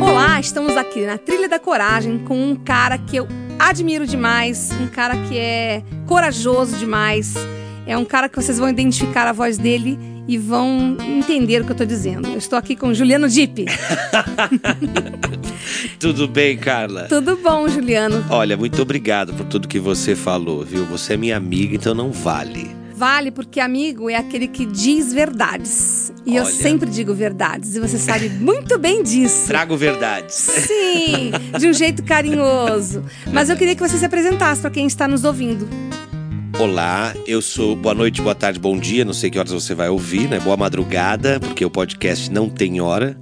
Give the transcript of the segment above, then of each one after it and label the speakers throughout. Speaker 1: Olá, estamos aqui na Trilha da Coragem com um cara que eu admiro demais, um cara que é corajoso demais. É um cara que vocês vão identificar a voz dele e vão entender o que eu estou dizendo. Eu estou aqui com Juliano Dipe.
Speaker 2: Tudo bem, Carla?
Speaker 1: Tudo bom, Juliano?
Speaker 2: Olha, muito obrigado por tudo que você falou, viu? Você é minha amiga, então não vale.
Speaker 1: Vale porque amigo é aquele que diz verdades. E eu
Speaker 2: Olha.
Speaker 1: sempre digo verdades. E você sabe muito bem disso.
Speaker 2: Trago verdades.
Speaker 1: Sim, de um jeito carinhoso. Mas eu queria que você se apresentasse para quem está nos ouvindo.
Speaker 2: Olá, eu sou. Boa noite, boa tarde, bom dia. Não sei que horas você vai ouvir, né? Boa madrugada, porque o podcast não tem hora.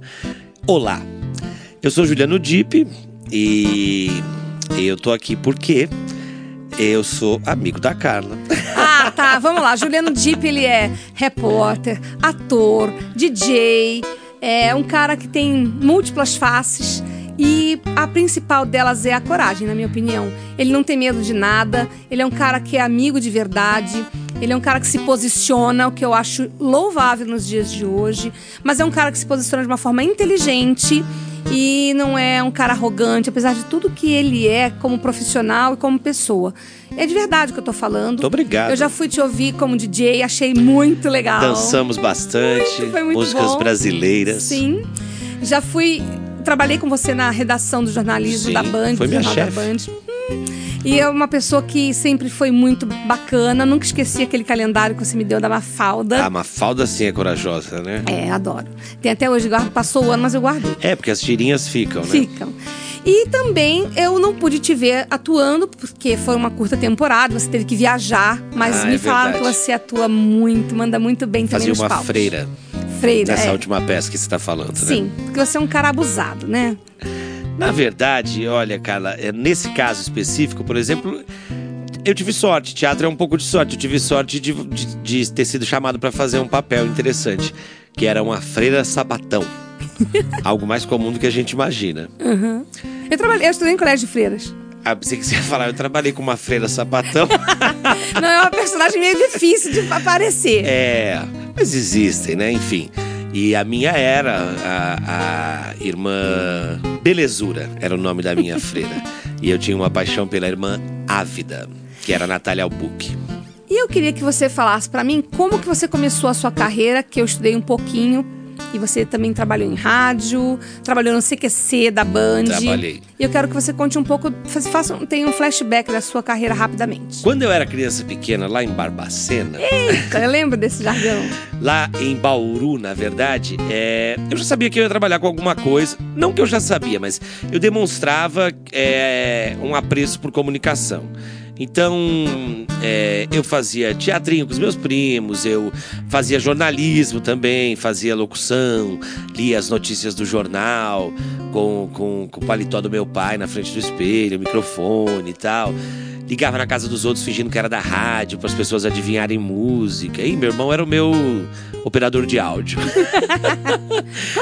Speaker 2: Olá, eu sou Juliano Dipe e eu tô aqui porque eu sou amigo da Carla.
Speaker 1: Ah, tá, vamos lá. Juliano Dipp, ele é repórter, ator, DJ, é um cara que tem múltiplas faces. E a principal delas é a coragem, na minha opinião. Ele não tem medo de nada, ele é um cara que é amigo de verdade, ele é um cara que se posiciona, o que eu acho louvável nos dias de hoje, mas é um cara que se posiciona de uma forma inteligente e não é um cara arrogante, apesar de tudo que ele é como profissional e como pessoa. É de verdade o que eu tô falando.
Speaker 2: Muito obrigado.
Speaker 1: Eu já fui te ouvir como DJ, achei muito legal.
Speaker 2: Dançamos bastante,
Speaker 1: Muito, foi muito
Speaker 2: músicas
Speaker 1: bom.
Speaker 2: brasileiras.
Speaker 1: Sim. Já fui. Trabalhei com você na redação do jornalismo
Speaker 2: Sim,
Speaker 1: da Band,
Speaker 2: foi minha
Speaker 1: do jornal da Band.
Speaker 2: chefe.
Speaker 1: Hum. E é uma pessoa que sempre foi muito bacana. Nunca esqueci aquele calendário que você me deu da Mafalda.
Speaker 2: Ah, Mafalda sim é corajosa, né?
Speaker 1: É, adoro. Tem até hoje, guardo, passou o ano, mas eu guardei.
Speaker 2: É, porque as tirinhas ficam, né?
Speaker 1: Ficam. E também eu não pude te ver atuando, porque foi uma curta temporada, você teve que viajar, mas
Speaker 2: Ah,
Speaker 1: me
Speaker 2: é
Speaker 1: falaram que
Speaker 2: verdade.
Speaker 1: você atua muito, manda muito bem também
Speaker 2: Fazia
Speaker 1: nos
Speaker 2: uma
Speaker 1: palcos.
Speaker 2: freira
Speaker 1: Freira,
Speaker 2: nessa
Speaker 1: é.
Speaker 2: última peça que você está falando, né?
Speaker 1: Sim, porque você é um cara abusado, né?
Speaker 2: Na verdade, olha, Carla, é, nesse caso específico, por exemplo, eu tive sorte. Teatro é um pouco de sorte. Eu tive sorte de, de- de ter sido chamado para fazer um papel interessante, que era uma freira sabatão. Algo mais comum do que a gente imagina.
Speaker 1: Eu trabalhei, eu estudei em colégio de freiras.
Speaker 2: Ah, pensei que você ia falar, eu trabalhei com uma freira sabatão.
Speaker 1: Não, é uma personagem meio difícil de aparecer.
Speaker 2: É, mas existem, né? Enfim. E a minha era a, a irmã Belezura, era o nome da minha freira. E eu tinha uma paixão pela irmã Ávida, que era a Natália Albuque.
Speaker 1: E eu queria que você falasse pra mim como que você começou a sua carreira, que eu estudei um pouquinho. E você também trabalhou em rádio, trabalhou no CQC da Band.
Speaker 2: Trabalhei.
Speaker 1: E eu quero que você conte um pouco, fa- faça, um- tenha um flashback da sua carreira rapidamente.
Speaker 2: Quando eu era criança pequena, lá em Barbacena,
Speaker 1: Eita, eu lembro desse jargão.
Speaker 2: lá em Bauru, na verdade, é, eu já sabia que eu ia trabalhar com alguma coisa. Não que eu já sabia, mas eu demonstrava é, um apreço por comunicação. Então, é, eu fazia teatrinho com os meus primos, eu fazia jornalismo também, fazia locução, lia as notícias do jornal com, com, com o paletó do meu pai na frente do espelho, microfone e tal. Ligava na casa dos outros fingindo que era da rádio, para as pessoas adivinharem música. E meu irmão era o meu operador de áudio,
Speaker 1: Qual que é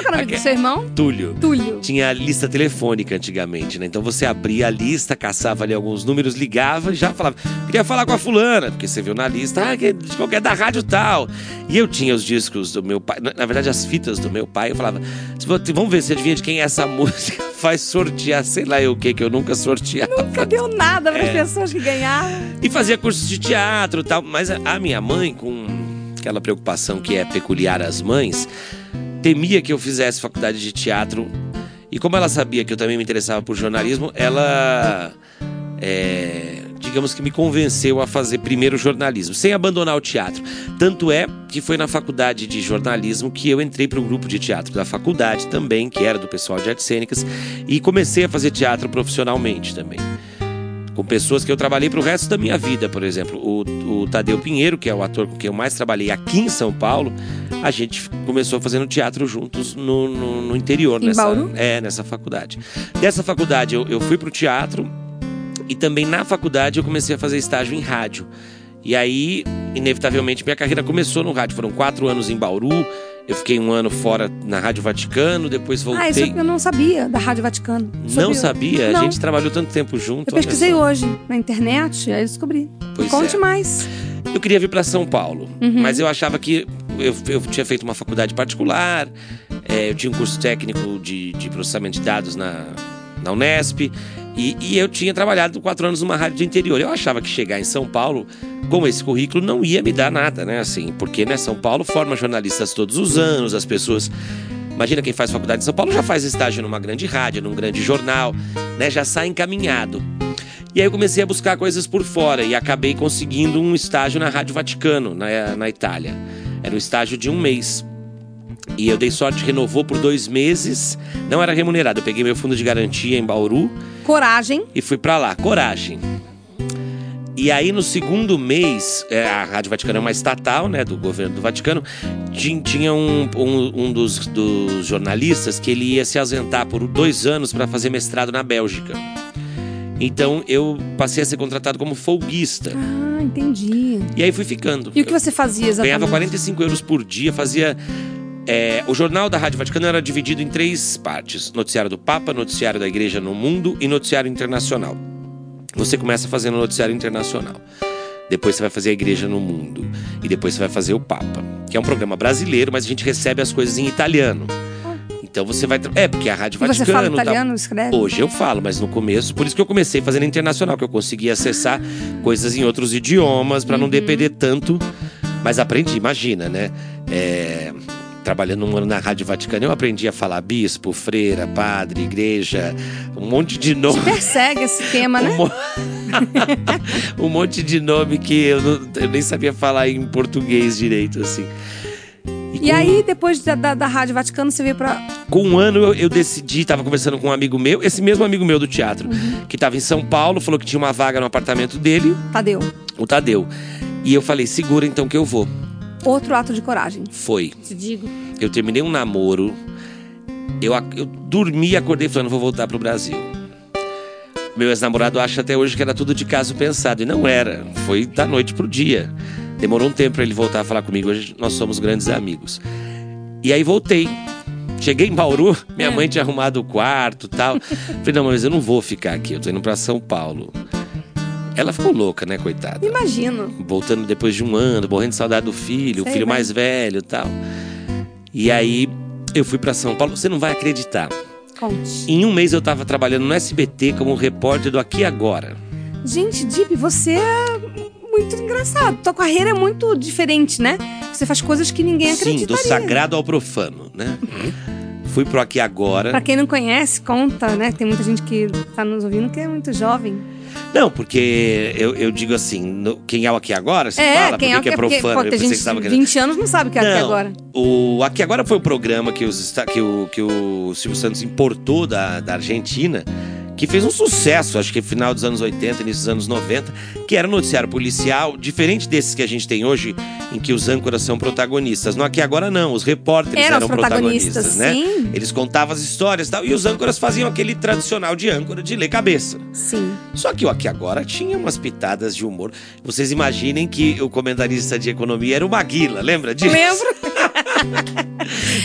Speaker 1: o nome
Speaker 2: Ok.
Speaker 1: do seu irmão?
Speaker 2: Túlio.
Speaker 1: Túlio.
Speaker 2: Tinha a lista telefônica antigamente, né? Então você abria a lista, caçava ali alguns números, ligava e já falava, queria falar com a fulana, porque você viu na lista, ah, que é de qualquer da rádio tal. E eu tinha os discos do meu pai, na na verdade as fitas do meu pai, eu falava, "Se vo- vamos ver se adivinha de quem é essa música, faz sortear, sei lá eu o que, que eu nunca sorteava.
Speaker 1: Nunca deu nada
Speaker 2: É.
Speaker 1: para as pessoas que ganharam.
Speaker 2: E fazia cursos de teatro e tal, mas a- a minha mãe, com aquela preocupação que é peculiar às mães, temia que eu fizesse faculdade de teatro. E como ela sabia que eu também me interessava por jornalismo, ela, é, digamos que me convenceu a fazer primeiro jornalismo, sem abandonar o teatro. Tanto é que foi na faculdade de jornalismo que eu entrei para o grupo de teatro da faculdade também, que era do pessoal de artes cênicas, e comecei a fazer teatro profissionalmente também. com pessoas que eu trabalhei para o resto da minha vida, por exemplo. O, o Tadeu Pinheiro, que é o ator com quem eu mais trabalhei aqui em São Paulo, a gente começou fazendo teatro juntos no, no, no interior,
Speaker 1: Em
Speaker 2: nessa,
Speaker 1: Bauru?
Speaker 2: é, nessa faculdade. Dessa faculdade eu, eu fui para o teatro e também na faculdade eu comecei a fazer estágio em rádio. E aí, inevitavelmente, minha carreira começou no rádio. Foram quatro anos em Bauru, eu fiquei um ano fora na Rádio Vaticano, depois voltei.
Speaker 1: Ah, isso eu não sabia da Rádio Vaticano.
Speaker 2: Não
Speaker 1: Sobre-
Speaker 2: sabia?
Speaker 1: Não.
Speaker 2: A gente trabalhou tanto tempo junto. né?
Speaker 1: Eu
Speaker 2: olha
Speaker 1: pesquisei
Speaker 2: só.
Speaker 1: hoje na internet, aí eu descobri.
Speaker 2: Pois
Speaker 1: Conte
Speaker 2: é.
Speaker 1: mais.
Speaker 2: Eu queria vir para São Paulo,
Speaker 1: Uhum.
Speaker 2: mas eu achava que eu, eu tinha feito uma faculdade particular, é, eu tinha um curso técnico de, de processamento de dados na, na Unesp, e, e eu tinha trabalhado quatro anos numa rádio de interior. Eu achava que chegar em São Paulo com esse currículo não ia me dar nada, né? Assim, porque né, São Paulo forma jornalistas todos os anos, as pessoas. Imagina quem faz faculdade em São Paulo já faz estágio numa grande rádio, num grande jornal, né? Já sai encaminhado. E aí eu comecei a buscar coisas por fora e acabei conseguindo um estágio na Rádio Vaticano, na, na Itália. Era um estágio de um mês. E eu dei sorte, renovou por dois meses. Não era remunerado. Eu peguei meu fundo de garantia em Bauru
Speaker 1: Coragem.
Speaker 2: e fui pra lá. Coragem. E aí, no segundo mês, é, a Rádio Vaticano é uma estatal, né, do governo do Vaticano. Ti- Tinha um, um, um dos, dos jornalistas que ele ia se ausentar por dois anos para fazer mestrado na Bélgica. Então, eu passei a ser contratado como folguista.
Speaker 1: Ah, entendi.
Speaker 2: E aí fui ficando.
Speaker 1: E o que você fazia
Speaker 2: Eu
Speaker 1: exatamente?
Speaker 2: ganhava 45 euros por dia, fazia. é, o jornal da Rádio Vaticano era dividido em três partes: noticiário do Papa, noticiário da Igreja no Mundo e noticiário internacional. Você começa fazendo o noticiário internacional. Depois você vai fazer a Igreja no Mundo. E depois você vai fazer o Papa. Que é um programa brasileiro, mas a gente recebe as coisas em italiano. Então você vai. tra- É, porque a Rádio
Speaker 1: E você fala
Speaker 2: Vaticano. tá-
Speaker 1: italiano, escreve?
Speaker 2: Hoje eu falo, mas no começo, por isso que eu comecei fazendo internacional, que eu consegui acessar coisas em outros idiomas
Speaker 1: Uhum.
Speaker 2: pra não depender tanto. Mas aprendi, imagina, né? É, trabalhando um ano na Rádio Vaticano, eu aprendi a falar bispo, freira, padre, igreja, um monte de nome.
Speaker 1: Te persegue esse tema, né?
Speaker 2: Um, mo- um monte de nome que eu, não- eu nem sabia falar em português direito, assim.
Speaker 1: E
Speaker 2: com-
Speaker 1: aí, depois da, da, da Rádio Vaticano, você veio pra.
Speaker 2: com um ano eu, eu decidi, tava conversando com um amigo meu, esse mesmo amigo meu do teatro, que tava em São Paulo, falou que tinha uma vaga no apartamento dele,
Speaker 1: Tadeu.
Speaker 2: o Tadeu. E eu falei, segura então que eu vou.
Speaker 1: Outro ato de coragem.
Speaker 2: Foi.
Speaker 3: Te digo.
Speaker 2: Eu terminei um namoro, eu, ac- eu dormi, acordei falando, vou voltar pro Brasil. Meu ex-namorado acha até hoje que era tudo de caso pensado, e não era. Foi da noite pro dia. Demorou um tempo pra ele voltar a falar comigo, hoje nós somos grandes amigos. E aí voltei. Cheguei em Bauru, minha mãe tinha arrumado o quarto e tal. Falei, não, mas eu não vou ficar aqui, eu tô indo pra São Paulo. Ela ficou louca, né, coitada?
Speaker 1: Imagino.
Speaker 2: voltando depois de um ano, morrendo de saudade do filho,
Speaker 1: Sei,
Speaker 2: o filho
Speaker 1: né?
Speaker 2: mais velho e tal. E aí eu fui pra São Paulo. Você não vai acreditar.
Speaker 1: Conte.
Speaker 2: Em um mês eu tava trabalhando no SBT como repórter do Aqui e Agora.
Speaker 1: Gente, Dip, você é muito engraçado. Tua carreira é muito diferente, né? Você faz coisas que ninguém
Speaker 2: Sim, do
Speaker 1: acreditaria.
Speaker 2: sagrado ao profano, né? fui pro Aqui e Agora.
Speaker 1: Pra quem não conhece, conta, né? Tem muita gente que tá nos ouvindo que é muito jovem.
Speaker 2: Não, porque eu, eu digo assim, no- quem é o Aqui e Agora? Você
Speaker 1: é,
Speaker 2: fala?
Speaker 1: quem
Speaker 2: por que, que é
Speaker 1: porque,
Speaker 2: profano?
Speaker 1: pô,
Speaker 2: eu
Speaker 1: tem
Speaker 2: pensei
Speaker 1: gente
Speaker 2: que você tava
Speaker 1: de
Speaker 2: querendo.
Speaker 1: 20 anos não sabe o que é até
Speaker 2: Não.
Speaker 1: agora.
Speaker 2: O Aqui Agora foi o programa que, os, esta- que, o, que o Silvio Santos importou da, da Argentina, que fez um sucesso, acho que final dos anos 80, início dos anos 90, que era um noticiário policial, diferente desses que a gente tem hoje, em que os âncoras são protagonistas. No Aqui Agora não, os repórteres
Speaker 1: Eram
Speaker 2: eram,
Speaker 1: os protagonistas,
Speaker 2: protagonistas, né?
Speaker 1: sim.
Speaker 2: Eles contavam as histórias e tal, e os âncoras faziam aquele tradicional de âncora de ler cabeça.
Speaker 1: Sim.
Speaker 2: Só que o Aqui Agora tinha umas pitadas de humor. Vocês imaginem que o comentarista de economia era o Maguila, lembra disso?
Speaker 1: Lembro.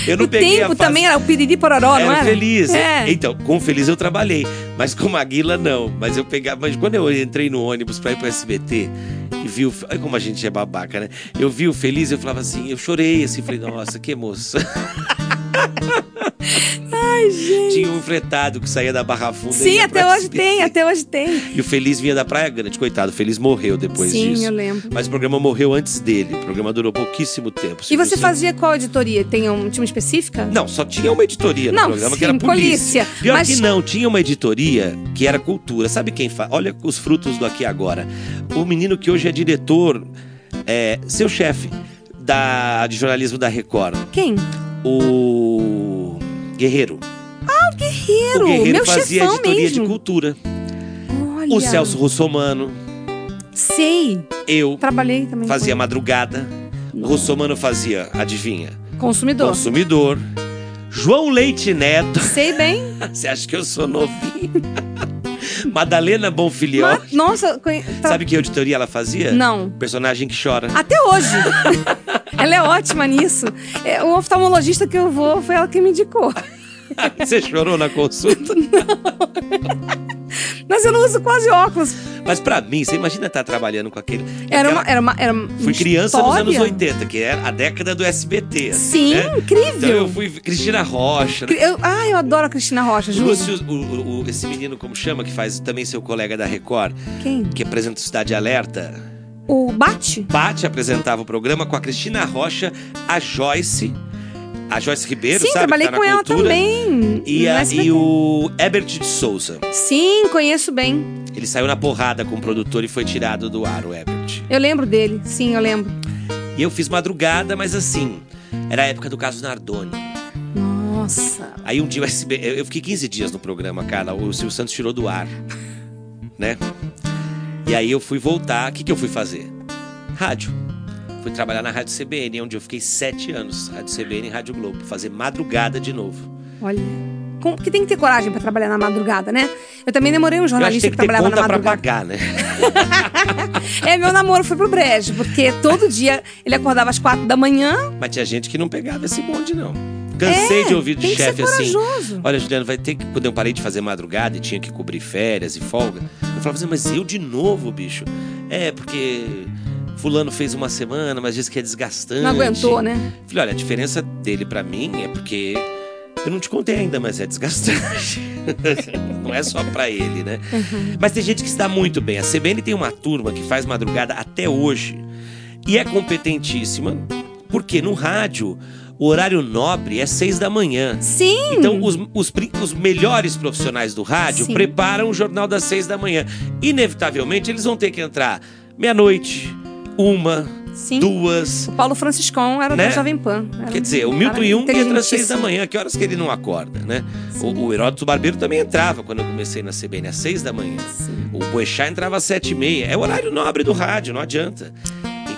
Speaker 2: Eu não
Speaker 1: o
Speaker 2: peguei
Speaker 1: tempo
Speaker 2: a fase...
Speaker 1: também era o piriri pororó, não
Speaker 2: era
Speaker 1: era?
Speaker 2: feliz.
Speaker 1: É.
Speaker 2: Então, com feliz eu trabalhei, mas com Maguila não. Mas eu pegava, mas quando eu entrei no ônibus pra ir pro SBT e vi o, olha como a gente é babaca, né? Eu vi o feliz, eu falava assim, eu chorei assim, falei, nossa, que emoção.
Speaker 1: Ai, gente.
Speaker 2: Tinha um fretado que saía da Barra Funda. e
Speaker 1: Sim,
Speaker 2: ia
Speaker 1: até
Speaker 2: pro
Speaker 1: hoje
Speaker 2: SBT.
Speaker 1: tem, até hoje tem.
Speaker 2: E o Feliz vinha da Praia Grande, coitado, o Feliz morreu depois
Speaker 1: Sim,
Speaker 2: disso.
Speaker 1: eu lembro.
Speaker 2: Mas o programa morreu antes dele, o programa durou pouquíssimo tempo.
Speaker 1: E você
Speaker 2: Silvio
Speaker 1: fazia qual editoria? Tem um time específica?
Speaker 2: Não, só tinha uma editoria no
Speaker 1: Não,
Speaker 2: programa
Speaker 1: sim,
Speaker 2: que era polícia.
Speaker 1: polícia,
Speaker 2: Pior
Speaker 1: mas-
Speaker 2: que não, tinha uma editoria que era cultura. Sabe quem faz? Olha os frutos do aqui e agora. O menino que hoje é diretor, é, seu chefe da, de jornalismo da Record,
Speaker 1: Quem?
Speaker 2: o Guerreiro.
Speaker 1: Ah, Guerreiro,
Speaker 2: o Guerreiro
Speaker 1: meu
Speaker 2: fazia
Speaker 1: chefão
Speaker 2: editoria
Speaker 1: mesmo.
Speaker 2: de cultura.
Speaker 1: Olha.
Speaker 2: O Celso Russomano,
Speaker 1: Sei.
Speaker 2: eu
Speaker 1: Trabalhei também.
Speaker 2: fazia madrugada. O Russomano fazia, adivinha?
Speaker 1: com Consumidor.
Speaker 2: Consumidor. João Leite Neto.
Speaker 1: Sei bem.
Speaker 2: Você acha que eu sou novinho? Madalena Bonfilhó.
Speaker 1: Mas, nossa. conhe- tá-
Speaker 2: Sabe que auditoria ela fazia?
Speaker 1: Não.
Speaker 2: Personagem que chora.
Speaker 1: Até hoje. ela é ótima nisso. É, o oftalmologista que eu vou foi ela que me indicou.
Speaker 2: Ah, Você chorou na consulta?
Speaker 1: Mas eu não uso quase óculos.
Speaker 2: Mas pra mim, você imagina estar trabalhando com aquele.
Speaker 1: Era
Speaker 2: aquela-
Speaker 1: uma. Era uma, era uma
Speaker 2: Fui criança
Speaker 1: história.
Speaker 2: nos anos 80, que era a década do SBT. assim,
Speaker 1: Sim,
Speaker 2: né? Então eu
Speaker 1: incrível.
Speaker 2: fui Cristina Rocha. né?
Speaker 1: Cri- eu- ah, eu adoro a Cristina Rocha, juro.
Speaker 2: Lúcio, o- o- o- esse menino, como chama, que faz também seu colega da Record,
Speaker 1: Quem?
Speaker 2: que apresenta o Cidade Alerta.
Speaker 1: O Bate?
Speaker 2: Pati apresentava o programa com a Cristina Rocha, a Joyce, a Joyce Ribeiro,
Speaker 1: Sim,
Speaker 2: sabe?
Speaker 1: trabalhei
Speaker 2: que tá
Speaker 1: com
Speaker 2: na
Speaker 1: ela
Speaker 2: cultura.
Speaker 1: também.
Speaker 2: E,
Speaker 1: no
Speaker 2: a-
Speaker 1: SBT.
Speaker 2: e o Herbert de Souza.
Speaker 1: Sim, conheço bem.
Speaker 2: Ele saiu na porrada com o produtor e foi tirado do ar, o Herbert.
Speaker 1: Eu lembro dele. Sim, eu lembro.
Speaker 2: E eu fiz madrugada, mas assim, era a época do caso Nardoni.
Speaker 1: Nossa.
Speaker 2: Aí um dia o SB... eu- eu fiquei 15 dias no programa, Carla. O Silvio Santos tirou do ar. Né? E aí eu fui voltar. O que, que eu fui fazer? Rádio. Fui trabalhar na Rádio CBN, onde eu fiquei sete anos. Rádio CBN e Rádio Globo. Fazer madrugada de novo.
Speaker 1: Olha. Com, que tem que ter coragem pra trabalhar na madrugada, né? Eu também namorei um
Speaker 2: Eu acho que
Speaker 1: jornalista
Speaker 2: tem
Speaker 1: que,
Speaker 2: que ter
Speaker 1: trabalhava na
Speaker 2: conta pra
Speaker 1: madrugada.
Speaker 2: pagar, né?
Speaker 1: É, meu namoro foi pro brejo, porque todo dia ele acordava às quatro da manhã.
Speaker 2: Mas tinha gente que não pegava esse bonde, não. Cansei de ouvir de
Speaker 1: É, tem que ser
Speaker 2: chefe assim.
Speaker 1: corajoso.
Speaker 2: Olha, Juliano, vai ter que. Quando eu parei de fazer madrugada e tinha que cobrir férias e folga, eu falava assim, mas eu de novo, bicho? É, porque fulano fez uma semana, mas disse que é desgastante.
Speaker 1: Não aguentou, né?
Speaker 2: Falei, olha, a diferença dele pra mim é porque. Eu não te contei ainda, mas é desgastante. não é só pra ele, né?
Speaker 1: Uhum.
Speaker 2: Mas tem gente que se dá muito bem. A CBN tem uma turma que faz madrugada até hoje. E é competentíssima, porque no rádio o horário nobre é seis da manhã.
Speaker 1: Sim.
Speaker 2: Então, os, os pri- os melhores profissionais do rádio
Speaker 1: Hum. Sim.
Speaker 2: preparam o jornal das seis da manhã. Inevitavelmente, eles vão ter que entrar meia-noite, uma,
Speaker 1: Sim.
Speaker 2: duas.
Speaker 1: O Paulo Franciscon era
Speaker 2: Né?
Speaker 1: da Jovem Pan. Era
Speaker 2: Quer
Speaker 1: um
Speaker 2: dizer, o
Speaker 1: cara
Speaker 2: Milton Jung entra às seis da
Speaker 1: inteligentíssimo.
Speaker 2: manhã. Que horas que ele não acorda, né?
Speaker 1: Sim.
Speaker 2: O, o Heródoto Barbeiro também entrava quando eu comecei na CBN, às seis da manhã.
Speaker 1: Sim.
Speaker 2: O Boechat entrava às sete e meia. É o horário nobre do rádio, não adianta.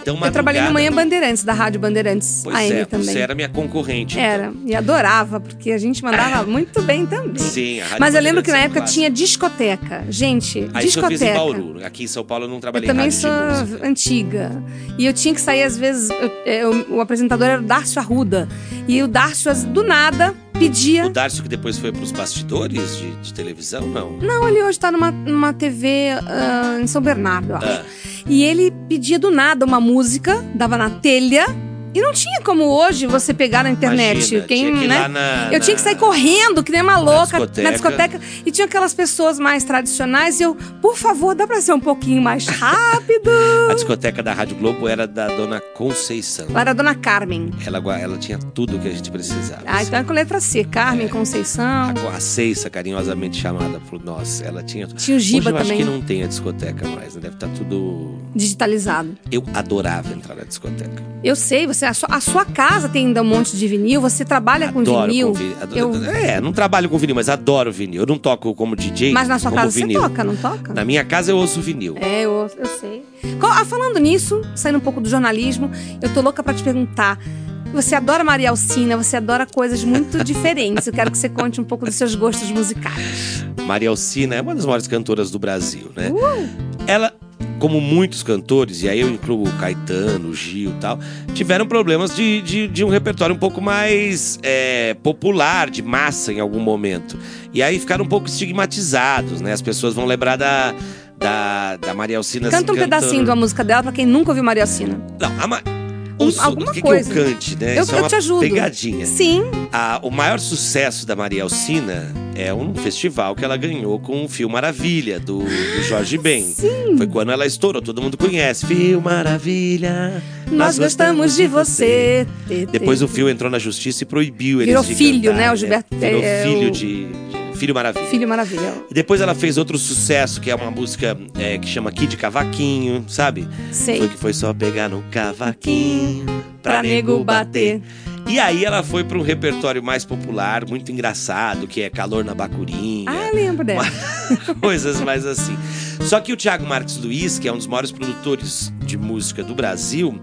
Speaker 2: Então, madrugada...
Speaker 1: Eu trabalhei na manhã Bandeirantes, da Rádio Bandeirantes
Speaker 2: Pois
Speaker 1: AM
Speaker 2: é,
Speaker 1: também.
Speaker 2: você era minha concorrente. então.
Speaker 1: Era, e adorava, porque a gente mandava muito bem também.
Speaker 2: Sim, a Rádio
Speaker 1: Mas eu lembro que na
Speaker 2: Bandeirantes é um
Speaker 1: época
Speaker 2: clássico.
Speaker 1: tinha discoteca. Gente,
Speaker 2: Aí isso eu
Speaker 1: discoteca.
Speaker 2: fiz em Bauru. Aqui em São Paulo eu não
Speaker 1: Eu
Speaker 2: trabalhei em
Speaker 1: também
Speaker 2: rádio de
Speaker 1: sou
Speaker 2: música.
Speaker 1: antiga. E eu tinha que sair, às vezes. eu- eu- o apresentador era o Darcio Arruda. E o Darcio, as- do nada,
Speaker 2: O
Speaker 1: pedia.
Speaker 2: Darcio que depois foi pros bastidores de, de televisão, não?
Speaker 1: Não, ele hoje tá numa, numa TV ah, em São Bernardo, eu acho.
Speaker 2: Ah,
Speaker 1: E ele pedia do nada uma música, dava na telha. E não tinha como hoje você pegar na internet.
Speaker 2: imagina,
Speaker 1: quem,
Speaker 2: tinha que ir
Speaker 1: né?
Speaker 2: lá na-
Speaker 1: Eu tinha que sair correndo, que nem uma louca, na discoteca.
Speaker 2: discoteca.
Speaker 1: E tinha aquelas pessoas mais tradicionais. E eu, por favor, dá pra ser um pouquinho mais rápido?
Speaker 2: na- A discoteca da Rádio Globo era da dona Conceição.
Speaker 1: Lá era a dona Carmen.
Speaker 2: Ela, gua- ela tinha tudo que a gente precisava.
Speaker 1: Ah, então é com letra C. Carmen,
Speaker 2: É.
Speaker 1: Conceição.
Speaker 2: A, co- a Ceissa, carinhosamente chamada por nós, ela tinha.
Speaker 1: Tinha o
Speaker 2: Hoje
Speaker 1: Giba
Speaker 2: eu acho que
Speaker 1: também, né?
Speaker 2: não tem a discoteca mais, né? Deve estar tudo.
Speaker 1: digitalizado.
Speaker 2: Eu adorava entrar na discoteca.
Speaker 1: Eu sei, você a sua, a sua casa tem ainda um monte de vinil, você trabalha com
Speaker 2: adoro
Speaker 1: vinil.
Speaker 2: com vinil. Adoro-
Speaker 1: Eu-
Speaker 2: É, não trabalho com vinil, mas adoro vinil. Eu não toco como DJ.
Speaker 1: Mas na sua
Speaker 2: como
Speaker 1: casa
Speaker 2: vinil.
Speaker 1: você toca, não toca?
Speaker 2: Na minha casa eu ouço vinil.
Speaker 1: É, eu, eu sei. Co- ah, falando nisso, saindo um pouco do jornalismo, eu tô louca pra te perguntar. Você adora Maria Alcina, você adora coisas muito diferentes. Eu quero que você conte um pouco dos seus gostos musicais.
Speaker 2: Maria Alcina é uma das maiores cantoras do Brasil, né?
Speaker 1: Uh!
Speaker 2: Ela, como muitos cantores, e aí eu incluo o Caetano, o Gil e tal, tiveram problemas de, de, de um repertório um pouco mais é, popular, de massa em algum momento. E aí ficaram um pouco estigmatizados, né? As pessoas vão lembrar da, da, da Maria Alcina
Speaker 1: Canta um pedacinho de uma música dela pra quem nunca ouviu Maria Alcina.
Speaker 2: Não, a Ma...
Speaker 1: Um-
Speaker 2: Ouço,
Speaker 1: alguma
Speaker 2: o que
Speaker 1: coisa.
Speaker 2: que eu cante, né?
Speaker 1: Eu-
Speaker 2: Isso é
Speaker 1: eu
Speaker 2: uma
Speaker 1: te ajudo.
Speaker 2: pegadinha.
Speaker 1: Sim,
Speaker 2: A- o maior sucesso da Maria Alcina é um festival que ela ganhou com o Fio Maravilha, do, do Jorge Ben.
Speaker 1: Sim.
Speaker 2: Foi quando ela estourou, todo mundo conhece. Fio Maravilha.
Speaker 1: nós gostamos de você. Tê, tê.
Speaker 2: Depois o Fio entrou na justiça e proibiu eles
Speaker 1: Virou
Speaker 2: de
Speaker 1: filho,
Speaker 2: cantar,
Speaker 1: né? O Gilberto-
Speaker 2: Virou
Speaker 1: é,
Speaker 2: filho
Speaker 1: o-
Speaker 2: de, de- Filho Maravilha.
Speaker 1: Filho Maravilha.
Speaker 2: E Depois ela fez outro sucesso, que é uma música é, que chama Aqui de Cavaquinho, sabe? Foi
Speaker 1: Sei.
Speaker 2: que foi só pegar no cavaquinho pra nego bater. E aí ela foi para um repertório mais popular, muito engraçado, que é Calor na Bacurinha.
Speaker 1: Ah, lembro dela.
Speaker 2: coisas mais assim. Só que o Thiago Marques Luiz, que é um dos maiores produtores de música do Brasil,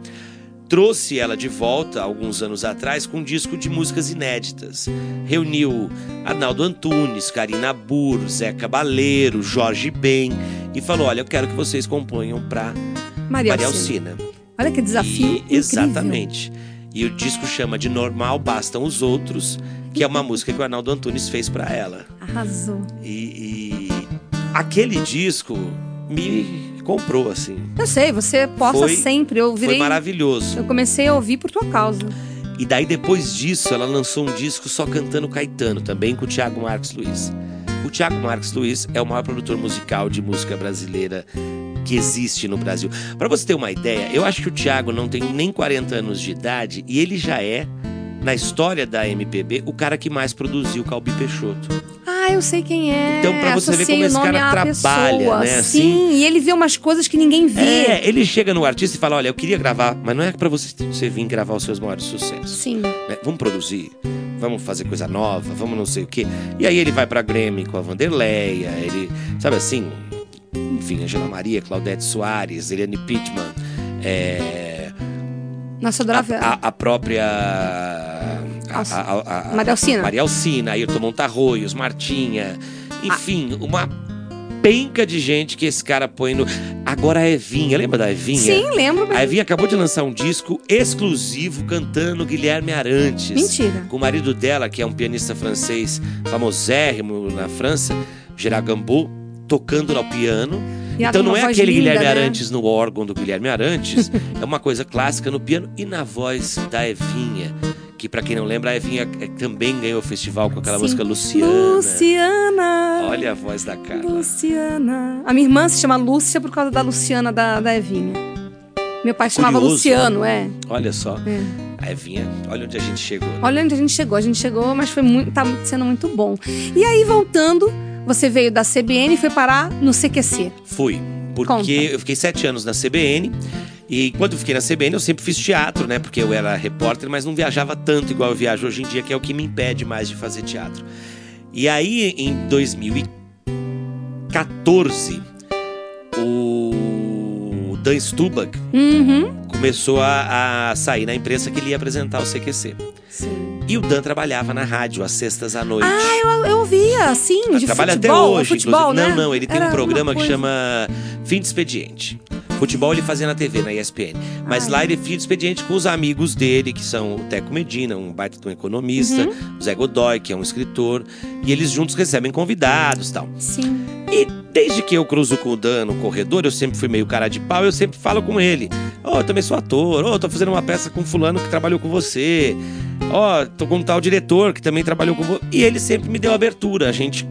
Speaker 2: trouxe ela de volta alguns anos atrás com um disco de músicas inéditas. Reuniu Arnaldo Antunes, Karina Burro, Zé Cabaleiro, Jorge Ben e falou: "Olha, eu quero que vocês componham para
Speaker 1: Maria,
Speaker 2: Maria
Speaker 1: Alcina.
Speaker 2: Alcina".
Speaker 1: Olha que desafio.
Speaker 2: E-
Speaker 1: incrível.
Speaker 2: Exatamente. E o disco chama de Normal Bastam os Outros, que é uma
Speaker 1: Uhum.
Speaker 2: música que o Arnaldo Antunes fez para ela.
Speaker 1: Arrasou.
Speaker 2: E, e aquele disco me comprou, assim.
Speaker 1: Eu sei, você posta
Speaker 2: Foi-
Speaker 1: sempre. Eu virei.
Speaker 2: Foi maravilhoso.
Speaker 1: Eu comecei a ouvir por tua causa.
Speaker 2: E daí, depois disso, ela lançou um disco só cantando Caetano, também com o Thiago Marques Luiz. O Thiago Marques Luiz é o maior produtor musical de música brasileira que existe no Brasil. Pra você ter uma ideia, eu acho que o Thiago não tem nem 40 anos de idade e ele já é, na história da MPB, o cara que mais produziu Calbi Peixoto.
Speaker 1: Ah, eu sei quem é.
Speaker 2: Então, pra você ver
Speaker 1: Associei
Speaker 2: como
Speaker 1: o
Speaker 2: esse
Speaker 1: nome
Speaker 2: cara
Speaker 1: à
Speaker 2: trabalha,
Speaker 1: pessoa.
Speaker 2: né, assim.
Speaker 1: Sim, e ele vê umas coisas que ninguém vê.
Speaker 2: É, ele chega no artista e fala: Olha, eu queria gravar, mas não é pra você, você vir gravar os seus maiores sucessos.
Speaker 1: Sim.
Speaker 2: né? Vamos produzir, vamos fazer coisa nova, vamos não sei o quê. E aí ele vai pra Grêmio com a Vanderleia, ele, sabe assim, enfim, Angela Maria, Claudete Soares, Eliane Pittman, é,
Speaker 1: Nossa, eu
Speaker 2: a,
Speaker 1: adorava.
Speaker 2: a- a própria. A, a, a- a-
Speaker 1: Maria Alcina.
Speaker 2: Maria Alcina, Ayrton Montarroios, Martinha, enfim, uma penca de gente que esse cara põe no. Agora a Evinha, lembra da Evinha?
Speaker 1: Sim, lembro.
Speaker 2: A Evinha acabou de lançar um disco exclusivo cantando Guilherme Arantes
Speaker 1: Mentira.
Speaker 2: com o marido dela, que é um pianista francês famosérrimo na França, Gerard Gambo, tocando no piano.
Speaker 1: E ela
Speaker 2: então
Speaker 1: tem
Speaker 2: não
Speaker 1: uma
Speaker 2: é
Speaker 1: voz
Speaker 2: aquele
Speaker 1: linda,
Speaker 2: Guilherme
Speaker 1: né?
Speaker 2: Arantes no órgão do Guilherme Arantes, é uma coisa clássica no piano e na voz da Evinha, que pra quem não lembra, a Evinha eh, também ganhou o festival com aquela
Speaker 1: Sim.
Speaker 2: música Luciana.
Speaker 1: Luciana.
Speaker 2: Olha a voz da Carla.
Speaker 1: Luciana. A minha irmã se chama Lúcia por causa da Luciana da, da Evinha. Meu pai se chamava
Speaker 2: Curioso, né?
Speaker 1: Luciano, é.
Speaker 2: Olha só,
Speaker 1: é.
Speaker 2: a Evinha, olha onde a gente chegou. né?
Speaker 1: Olha onde a gente chegou. A gente chegou, mas foi muito, tá sendo muito bom. E aí, voltando, você veio da CBN e foi parar no CQC.
Speaker 2: Fui. Porque
Speaker 1: Conta.
Speaker 2: eu fiquei sete anos na CBN. E quando eu fiquei na CBN, eu sempre fiz teatro, né? Porque eu era repórter, mas não viajava tanto igual eu viajo hoje em dia, que é o que me impede mais de fazer teatro. E aí, em 2014, o Dan Stubach
Speaker 1: Uhum.
Speaker 2: começou a, a sair na imprensa que ele ia apresentar o CQC.
Speaker 1: Sim.
Speaker 2: E o Dan trabalhava na rádio às sextas à noite.
Speaker 1: Ah, eu, eu ouvia, sim, de
Speaker 2: Trabalha
Speaker 1: futebol.
Speaker 2: até hoje,
Speaker 1: futebol
Speaker 2: inclusive.
Speaker 1: né?
Speaker 2: Não, não, ele tem
Speaker 1: Era
Speaker 2: um programa
Speaker 1: uma
Speaker 2: que
Speaker 1: coisa.
Speaker 2: chama Fim de Expediente. Futebol ele fazia na TV, na ESPN. Mas
Speaker 1: Ah,
Speaker 2: lá ele é fim de expediente com os amigos dele, que são o Teco Medina, um baita de um economista,
Speaker 1: Uhum.
Speaker 2: o Zé Godoy, que é um escritor. E eles juntos recebem convidados e tal.
Speaker 1: Sim.
Speaker 2: E desde que eu cruzo com o Dan no corredor, eu sempre fui meio cara de pau, eu sempre falo com ele. Ó, eu também sou ator, ó, eu tô fazendo uma peça com fulano que trabalhou com você. Ó, tô com um tal diretor que também trabalhou com você. E ele sempre me deu abertura, a gente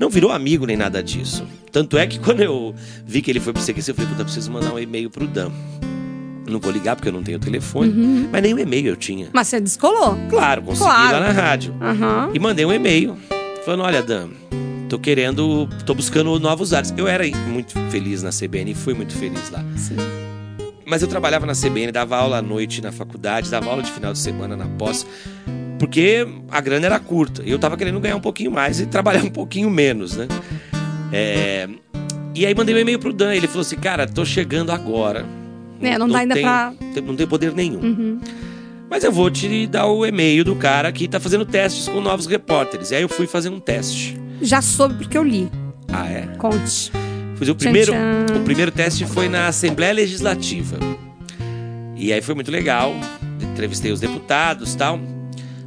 Speaker 2: não virou amigo nem nada disso. Tanto é que quando eu vi que ele foi pro CQC, eu falei, puta, preciso mandar um e-mail pro Dan. Não vou ligar porque eu não tenho telefone,
Speaker 1: Uhum.
Speaker 2: mas nem o e-mail eu tinha.
Speaker 1: Mas você descolou.
Speaker 2: Claro, consegui
Speaker 1: Claro.
Speaker 2: lá na rádio.
Speaker 1: Aham.
Speaker 2: E mandei um e-mail falando: olha, Dan, tô querendo, tô buscando novos ares. Eu era muito feliz na CBN, fui muito feliz lá.
Speaker 1: Sim.
Speaker 2: Mas eu trabalhava na CBN, dava aula à noite na faculdade, dava aula de final de semana na pós, porque a grana era curta. E eu tava querendo ganhar um pouquinho mais e trabalhar um pouquinho menos, né? É, E aí mandei um e-mail pro Dan, ele falou assim: cara, tô chegando agora.
Speaker 1: É, não dá ainda
Speaker 2: tenho-
Speaker 1: pra.
Speaker 2: Não tenho poder nenhum.
Speaker 1: Uhum.
Speaker 2: Mas eu vou te dar o e-mail do cara que tá fazendo testes com novos repórteres. E aí eu fui fazer um teste.
Speaker 1: Já soube porque eu li.
Speaker 2: Ah, é?
Speaker 1: Conte.
Speaker 2: Fiz o primeiro,
Speaker 1: Tchan, tchan.
Speaker 2: o primeiro teste foi na Assembleia Legislativa. E aí foi muito legal. Entrevistei os deputados e tal.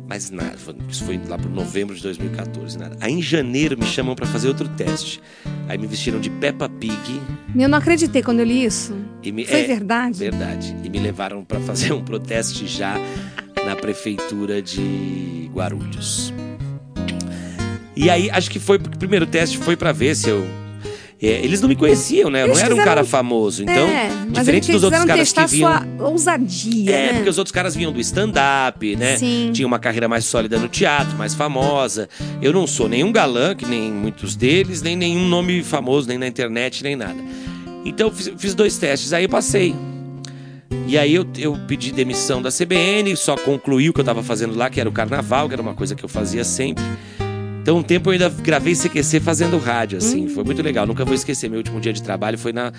Speaker 2: Mas nada, foi- isso foi lá pro novembro de 2014, nada. Aí em janeiro me chamam pra fazer outro teste. Aí me vestiram de Peppa Pig
Speaker 1: Eu não acreditei quando eu li isso.
Speaker 2: e me
Speaker 1: Foi
Speaker 2: é,
Speaker 1: verdade?
Speaker 2: verdade. E me levaram pra fazer um protesto já na prefeitura de Guarulhos. E aí, acho que foi porque o primeiro teste foi pra ver se eu. é, eles não me conheciam, né? Eu
Speaker 1: Eles
Speaker 2: não era um
Speaker 1: quiseram-
Speaker 2: cara famoso. Então,
Speaker 1: é, mas eles
Speaker 2: diferente dos outros
Speaker 1: quiseram
Speaker 2: caras
Speaker 1: testar
Speaker 2: que vinham.
Speaker 1: sua ousadia,
Speaker 2: É,
Speaker 1: né?
Speaker 2: porque os outros caras vinham do stand-up, né?
Speaker 1: Sim.
Speaker 2: Tinha uma carreira mais sólida no teatro, mais famosa. Eu não sou nenhum galã, que nem muitos deles, nem nenhum nome famoso, nem na internet, nem nada. Então eu fiz, fiz dois testes, aí eu passei. E aí eu, eu pedi demissão da CBN, só concluí o que eu tava fazendo lá, que era o carnaval, que era uma coisa que eu fazia sempre. Então, um tempo eu ainda gravei CQC fazendo rádio,
Speaker 1: Hum.
Speaker 2: assim. Foi muito legal. Nunca vou esquecer. Meu último dia de trabalho foi na,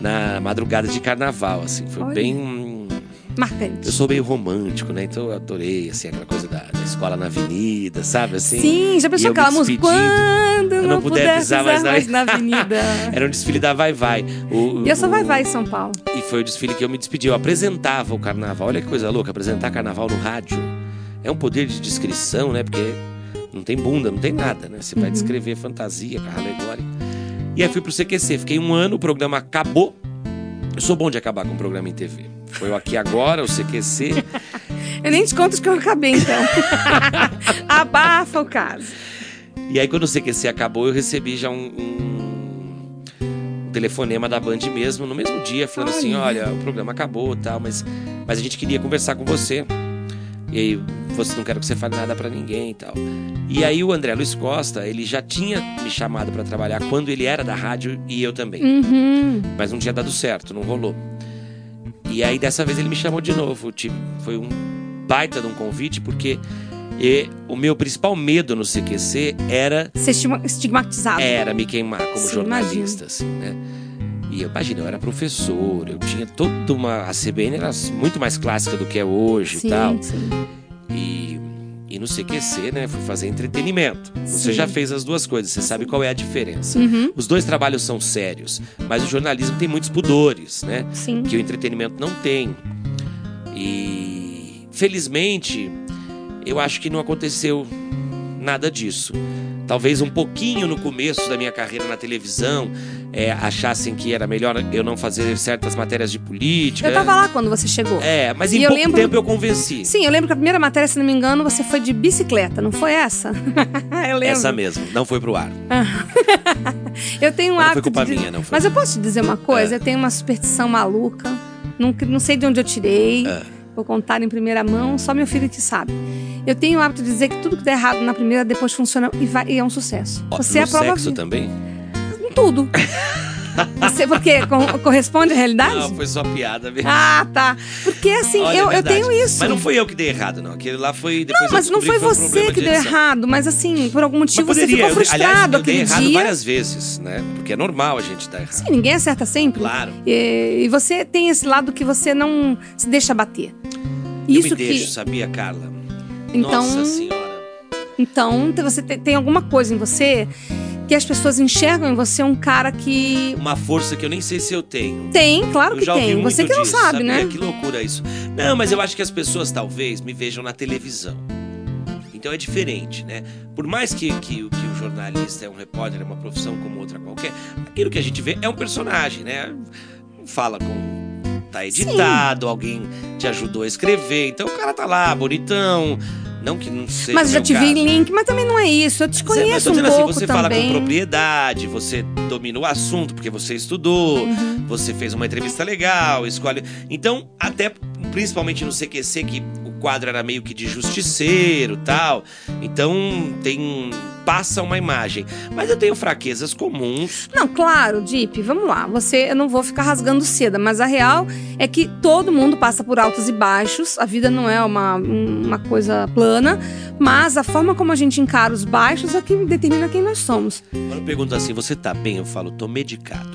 Speaker 2: na madrugada de carnaval, assim. Foi
Speaker 1: Olha.
Speaker 2: bem.
Speaker 1: Marcante.
Speaker 2: Eu sou meio romântico, né? Então eu adorei, assim, aquela coisa da, da escola na avenida, sabe? Assim,
Speaker 1: Sim, já
Speaker 2: e
Speaker 1: pensou
Speaker 2: eu me
Speaker 1: aquela música?
Speaker 2: despedindo.
Speaker 1: Quando
Speaker 2: Eu
Speaker 1: não, puder, pisar, mais,
Speaker 2: na-
Speaker 1: na avenida.
Speaker 2: Era um desfile da Vai Vai. O-
Speaker 1: e essa
Speaker 2: o-
Speaker 1: vai vai em São Paulo.
Speaker 2: E foi o desfile que eu me despedi. Eu apresentava o carnaval. Olha que coisa louca, apresentar carnaval no rádio. É um poder de descrição, né? Porque não tem bunda, não tem nada, né? Você vai
Speaker 1: Uhum.
Speaker 2: descrever fantasia, carro alegórico. E aí fui pro CQC. Fiquei um ano, o programa acabou. Eu sou bom de acabar com o programa em TV. Foi o Aqui Agora, o CQC.
Speaker 1: Eu nem te conto os que eu acabei, então. Abafa o caso.
Speaker 2: E aí, quando o CQC acabou, eu recebi já um, um telefonema da Band mesmo, no mesmo dia, falando
Speaker 1: Ai.
Speaker 2: assim: olha, o programa acabou e tal, mas, mas a gente queria conversar com você. E aí, você não quero que você fale nada pra ninguém e tal. E aí, o André Luiz Costa, ele já tinha me chamado pra trabalhar quando ele era da rádio e eu também.
Speaker 1: Uhum.
Speaker 2: Mas não tinha dado certo, não rolou. E aí dessa vez ele me chamou de novo. Tipo, foi um baita de um convite, porque eh, o meu principal medo no CQC era
Speaker 1: Ser estima- estigmatizado.
Speaker 2: era me queimar como
Speaker 1: Sim,
Speaker 2: jornalista, assim, né? E eu imagina, eu era professor, eu tinha toda uma. A CBN era muito mais clássica do que é hoje
Speaker 1: sim,
Speaker 2: e tal.
Speaker 1: sim.
Speaker 2: E, e no CQC, né? Fui fazer entretenimento. Você
Speaker 1: Sim.
Speaker 2: já fez as duas coisas, você sabe qual é a diferença.
Speaker 1: Uhum,
Speaker 2: Os dois trabalhos são sérios, mas o jornalismo tem muitos pudores, né?
Speaker 1: sim.
Speaker 2: que o entretenimento não tem. E felizmente, eu acho que não aconteceu nada disso. Talvez um pouquinho no começo da minha carreira na televisão é, achassem que era melhor eu não fazer certas matérias de política.
Speaker 1: Eu tava lá quando você chegou.
Speaker 2: É, mas em
Speaker 1: E eu
Speaker 2: pouco
Speaker 1: lembro-
Speaker 2: tempo eu convenci.
Speaker 1: Sim, eu lembro que a primeira matéria, se não me engano, você foi de bicicleta, não foi essa? eu lembro.
Speaker 2: Essa mesmo, não foi pro ar.
Speaker 1: Eu tenho um
Speaker 2: Mas não foi
Speaker 1: hábito
Speaker 2: culpa
Speaker 1: de...
Speaker 2: minha, não foi. É.
Speaker 1: Mas eu posso te dizer uma coisa? Eu tenho uma superstição maluca. Não, não sei de onde eu tirei.
Speaker 2: É.
Speaker 1: Vou contar em primeira mão, só meu filho que sabe. Eu tenho o hábito de dizer que tudo que dá errado na primeira, depois funciona e, vai- e é um sucesso.
Speaker 2: Ó,
Speaker 1: Você é
Speaker 2: no
Speaker 1: a prova
Speaker 2: sexo
Speaker 1: viva.
Speaker 2: também?
Speaker 1: Em tudo. Você, porque co- corresponde à realidade?
Speaker 2: Não, foi só piada mesmo.
Speaker 1: Ah, tá. Porque assim,
Speaker 2: Olha,
Speaker 1: eu,
Speaker 2: é
Speaker 1: eu
Speaker 2: verdade.
Speaker 1: tenho isso.
Speaker 2: Mas não foi eu que dei errado, não. Aquele lá foi. Depois eu
Speaker 1: Mas não
Speaker 2: descobri
Speaker 1: foi
Speaker 2: que um
Speaker 1: você
Speaker 2: problema
Speaker 1: que
Speaker 2: de
Speaker 1: deu
Speaker 2: edição.
Speaker 1: errado, mas assim, por algum
Speaker 2: Mas
Speaker 1: motivo
Speaker 2: poderia,
Speaker 1: você ficou
Speaker 2: eu dei- aliás,
Speaker 1: frustrado
Speaker 2: eu dei
Speaker 1: aquele
Speaker 2: errado
Speaker 1: dia.
Speaker 2: várias vezes, né? Porque é normal a gente dar errado.
Speaker 1: Sim, ninguém acerta sempre.
Speaker 2: Claro.
Speaker 1: E, e você tem esse lado que você não se deixa bater. Isso
Speaker 2: eu me
Speaker 1: que.
Speaker 2: deixo, sabia, Carla?
Speaker 1: Então-
Speaker 2: Nossa senhora.
Speaker 1: Então, te- você te- tem alguma coisa em você que as pessoas enxergam em você um cara que.
Speaker 2: Uma força que eu nem sei se eu tenho.
Speaker 1: Tem, claro
Speaker 2: eu
Speaker 1: que
Speaker 2: já ouvi
Speaker 1: tem.
Speaker 2: muito
Speaker 1: Você que não
Speaker 2: disso,
Speaker 1: sabe,
Speaker 2: sabia? É,
Speaker 1: né?
Speaker 2: Que loucura isso. Não, mas eu acho que as pessoas talvez me vejam na televisão. Então é diferente, né? Por mais que, que, o- que o jornalista é um repórter, é uma profissão como outra qualquer, aquilo que a gente vê é um personagem, né? Fala com. Tá editado, alguém te ajudou a escrever. Então o cara tá lá, bonitão. Não que não seja.
Speaker 1: Mas
Speaker 2: o
Speaker 1: já
Speaker 2: meu
Speaker 1: te vi
Speaker 2: caso.
Speaker 1: em link, mas também não é isso. Eu te
Speaker 2: Mas é- mas
Speaker 1: conheço
Speaker 2: tô
Speaker 1: um
Speaker 2: dizendo
Speaker 1: pouco
Speaker 2: assim, você fala
Speaker 1: também.
Speaker 2: com propriedade, você domina o assunto porque você estudou,
Speaker 1: Uhum.
Speaker 2: você fez uma entrevista legal, escolhe. Então, até principalmente no CQC que o quadro era meio que de justiceiro, tal. Então, tem passa uma imagem. Mas eu tenho fraquezas comuns.
Speaker 1: Não, claro, Dip, vamos lá. Você, eu não vou ficar rasgando seda, mas a real é que todo mundo passa por altos e baixos. A vida não é uma, uma coisa plana, mas a forma como a gente encara os baixos é que determina quem nós somos.
Speaker 2: Quando eu pergunto assim, você tá bem? Eu falo, tô medicado.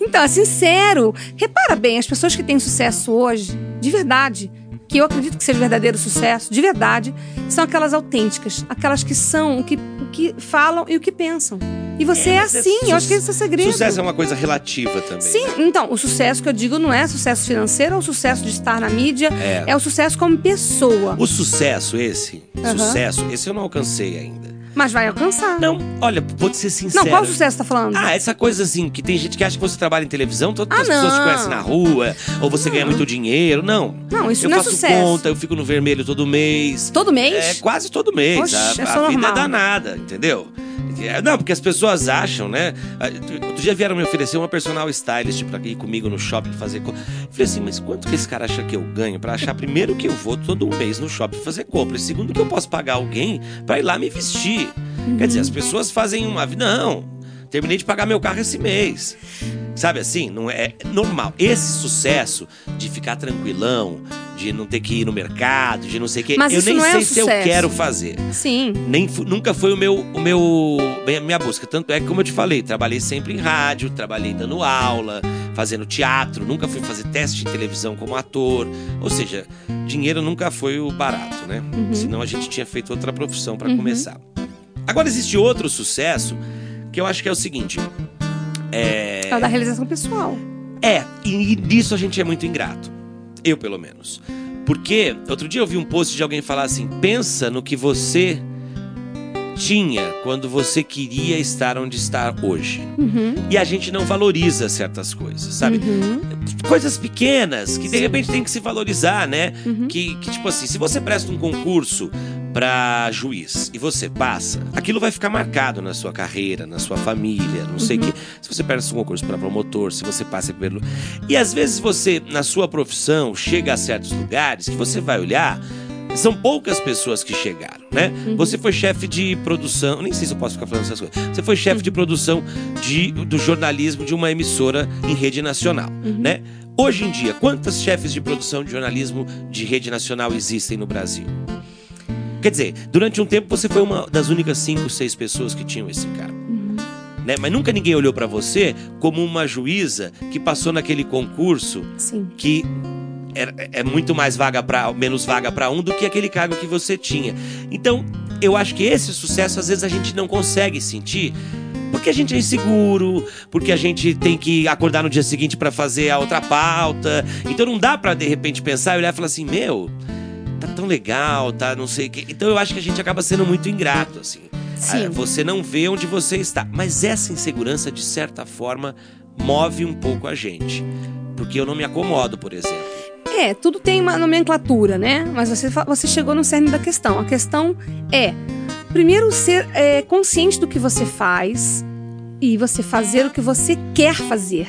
Speaker 1: Então, é sincero. Repara bem, as pessoas que têm sucesso hoje, de verdade, que eu acredito que seja verdadeiro sucesso, de verdade, são aquelas autênticas, aquelas que são o que, o que falam e o que pensam. E você
Speaker 2: É,
Speaker 1: é,
Speaker 2: mas é
Speaker 1: assim, eu acho que esse é
Speaker 2: suce-
Speaker 1: o segredo.
Speaker 2: Sucesso é uma coisa relativa também.
Speaker 1: Sim, então, o sucesso que eu digo não é sucesso financeiro, é o sucesso de estar na mídia,
Speaker 2: né? É.
Speaker 1: é o sucesso como pessoa.
Speaker 2: O sucesso esse,
Speaker 1: Aham.
Speaker 2: sucesso, esse eu não alcancei ainda.
Speaker 1: Mas vai alcançar.
Speaker 2: Não, olha, vou te ser
Speaker 1: Não,
Speaker 2: sincero.
Speaker 1: qual sucesso tá falando?
Speaker 2: Ah, essa coisa assim, que tem gente que acha que você trabalha em televisão, todas
Speaker 1: Ah,
Speaker 2: as pessoas te
Speaker 1: não.
Speaker 2: conhecem na rua, ou você ganha muito dinheiro. Não.
Speaker 1: não, isso
Speaker 2: eu
Speaker 1: não é
Speaker 2: faço
Speaker 1: sucesso.
Speaker 2: conta, eu fico no vermelho todo mês.
Speaker 1: Todo
Speaker 2: É,
Speaker 1: mês?
Speaker 2: quase todo mês.
Speaker 1: Oxe,
Speaker 2: a
Speaker 1: é só
Speaker 2: a vida é
Speaker 1: normal.
Speaker 2: danada, entendeu? É, Não, porque as pessoas acham, né? Ah, Outro dia vieram me oferecer uma personal stylist pra ir comigo no shopping fazer compra. Falei assim, mas quanto que esse cara acha que eu ganho pra achar primeiro que eu vou todo mês no shopping fazer compra e segundo que
Speaker 1: Uhum.
Speaker 2: eu posso pagar alguém pra ir lá me vestir? Quer dizer, as pessoas fazem uma vida. Não. terminei de pagar meu carro esse mês. Sabe assim? Não é é normal. Esse sucesso de ficar tranquilão, de não ter que ir no mercado, de não sei o quê,
Speaker 1: Mas
Speaker 2: eu
Speaker 1: isso
Speaker 2: nem
Speaker 1: não é
Speaker 2: sei
Speaker 1: um
Speaker 2: se eu
Speaker 1: sucesso.
Speaker 2: quero fazer.
Speaker 1: Sim.
Speaker 2: Nem fu- nunca foi o meu, o meu bem, a minha busca. Tanto é que, como eu te falei, trabalhei sempre em rádio, trabalhei dando aula, fazendo teatro, nunca fui fazer teste de televisão como ator. Ou seja, dinheiro nunca foi o barato, né?
Speaker 1: Uhum.
Speaker 2: Senão a gente tinha feito outra profissão para começar. Agora existe outro sucesso que eu acho que é o seguinte.
Speaker 1: É. o da realização pessoal.
Speaker 2: É, e nisso a gente é muito ingrato. Eu, pelo menos. Porque outro dia eu vi um post de alguém falar assim: pensa no que você tinha quando você queria estar onde está hoje.
Speaker 1: Uhum.
Speaker 2: E a gente não valoriza certas coisas, sabe?
Speaker 1: Uhum.
Speaker 2: Coisas pequenas que de repente tem que se valorizar, né?
Speaker 1: Uhum.
Speaker 2: Que, que, tipo assim, se você presta um concurso pra juiz e você passa, aquilo vai ficar marcado na sua carreira, na sua família, não sei o quê. Se você presta um concurso pra promotor, se você passa pelo. E às vezes você, na sua profissão, chega a certos lugares que você vai olhar. São poucas pessoas que chegaram, né? Você foi chefe de produção, nem sei se eu posso ficar falando essas coisas. Você foi chefe de produção de, do jornalismo de uma emissora em rede nacional, né? Hoje em dia, quantas chefes de produção de jornalismo de rede nacional existem no Brasil? Quer dizer, durante um tempo você foi uma das únicas cinco, seis pessoas que tinham esse cargo. Né? Mas nunca ninguém olhou pra você como uma juíza que passou naquele concurso
Speaker 1: Sim.
Speaker 2: que é, é muito mais vaga para menos vaga para um do que aquele cargo que você tinha. Então, eu acho que esse sucesso às vezes a gente não consegue sentir. Porque a gente é inseguro, porque a gente tem que acordar no dia seguinte para fazer a outra pauta. Então não dá pra de repente pensar e olhar e falar assim: "Meu, tá tão legal, tá, não sei o quê". Então eu acho que a gente acaba sendo muito ingrato assim.
Speaker 1: Sim.
Speaker 2: Ah, Você não vê onde você está. Mas essa insegurança, de certa forma, move um pouco a gente. Porque eu não me acomodo, por exemplo.
Speaker 1: É, tudo tem uma nomenclatura, né? Mas você, fa- você chegou no cerne da questão. A questão é, primeiro, ser é, consciente do que você faz e você fazer o que você quer fazer.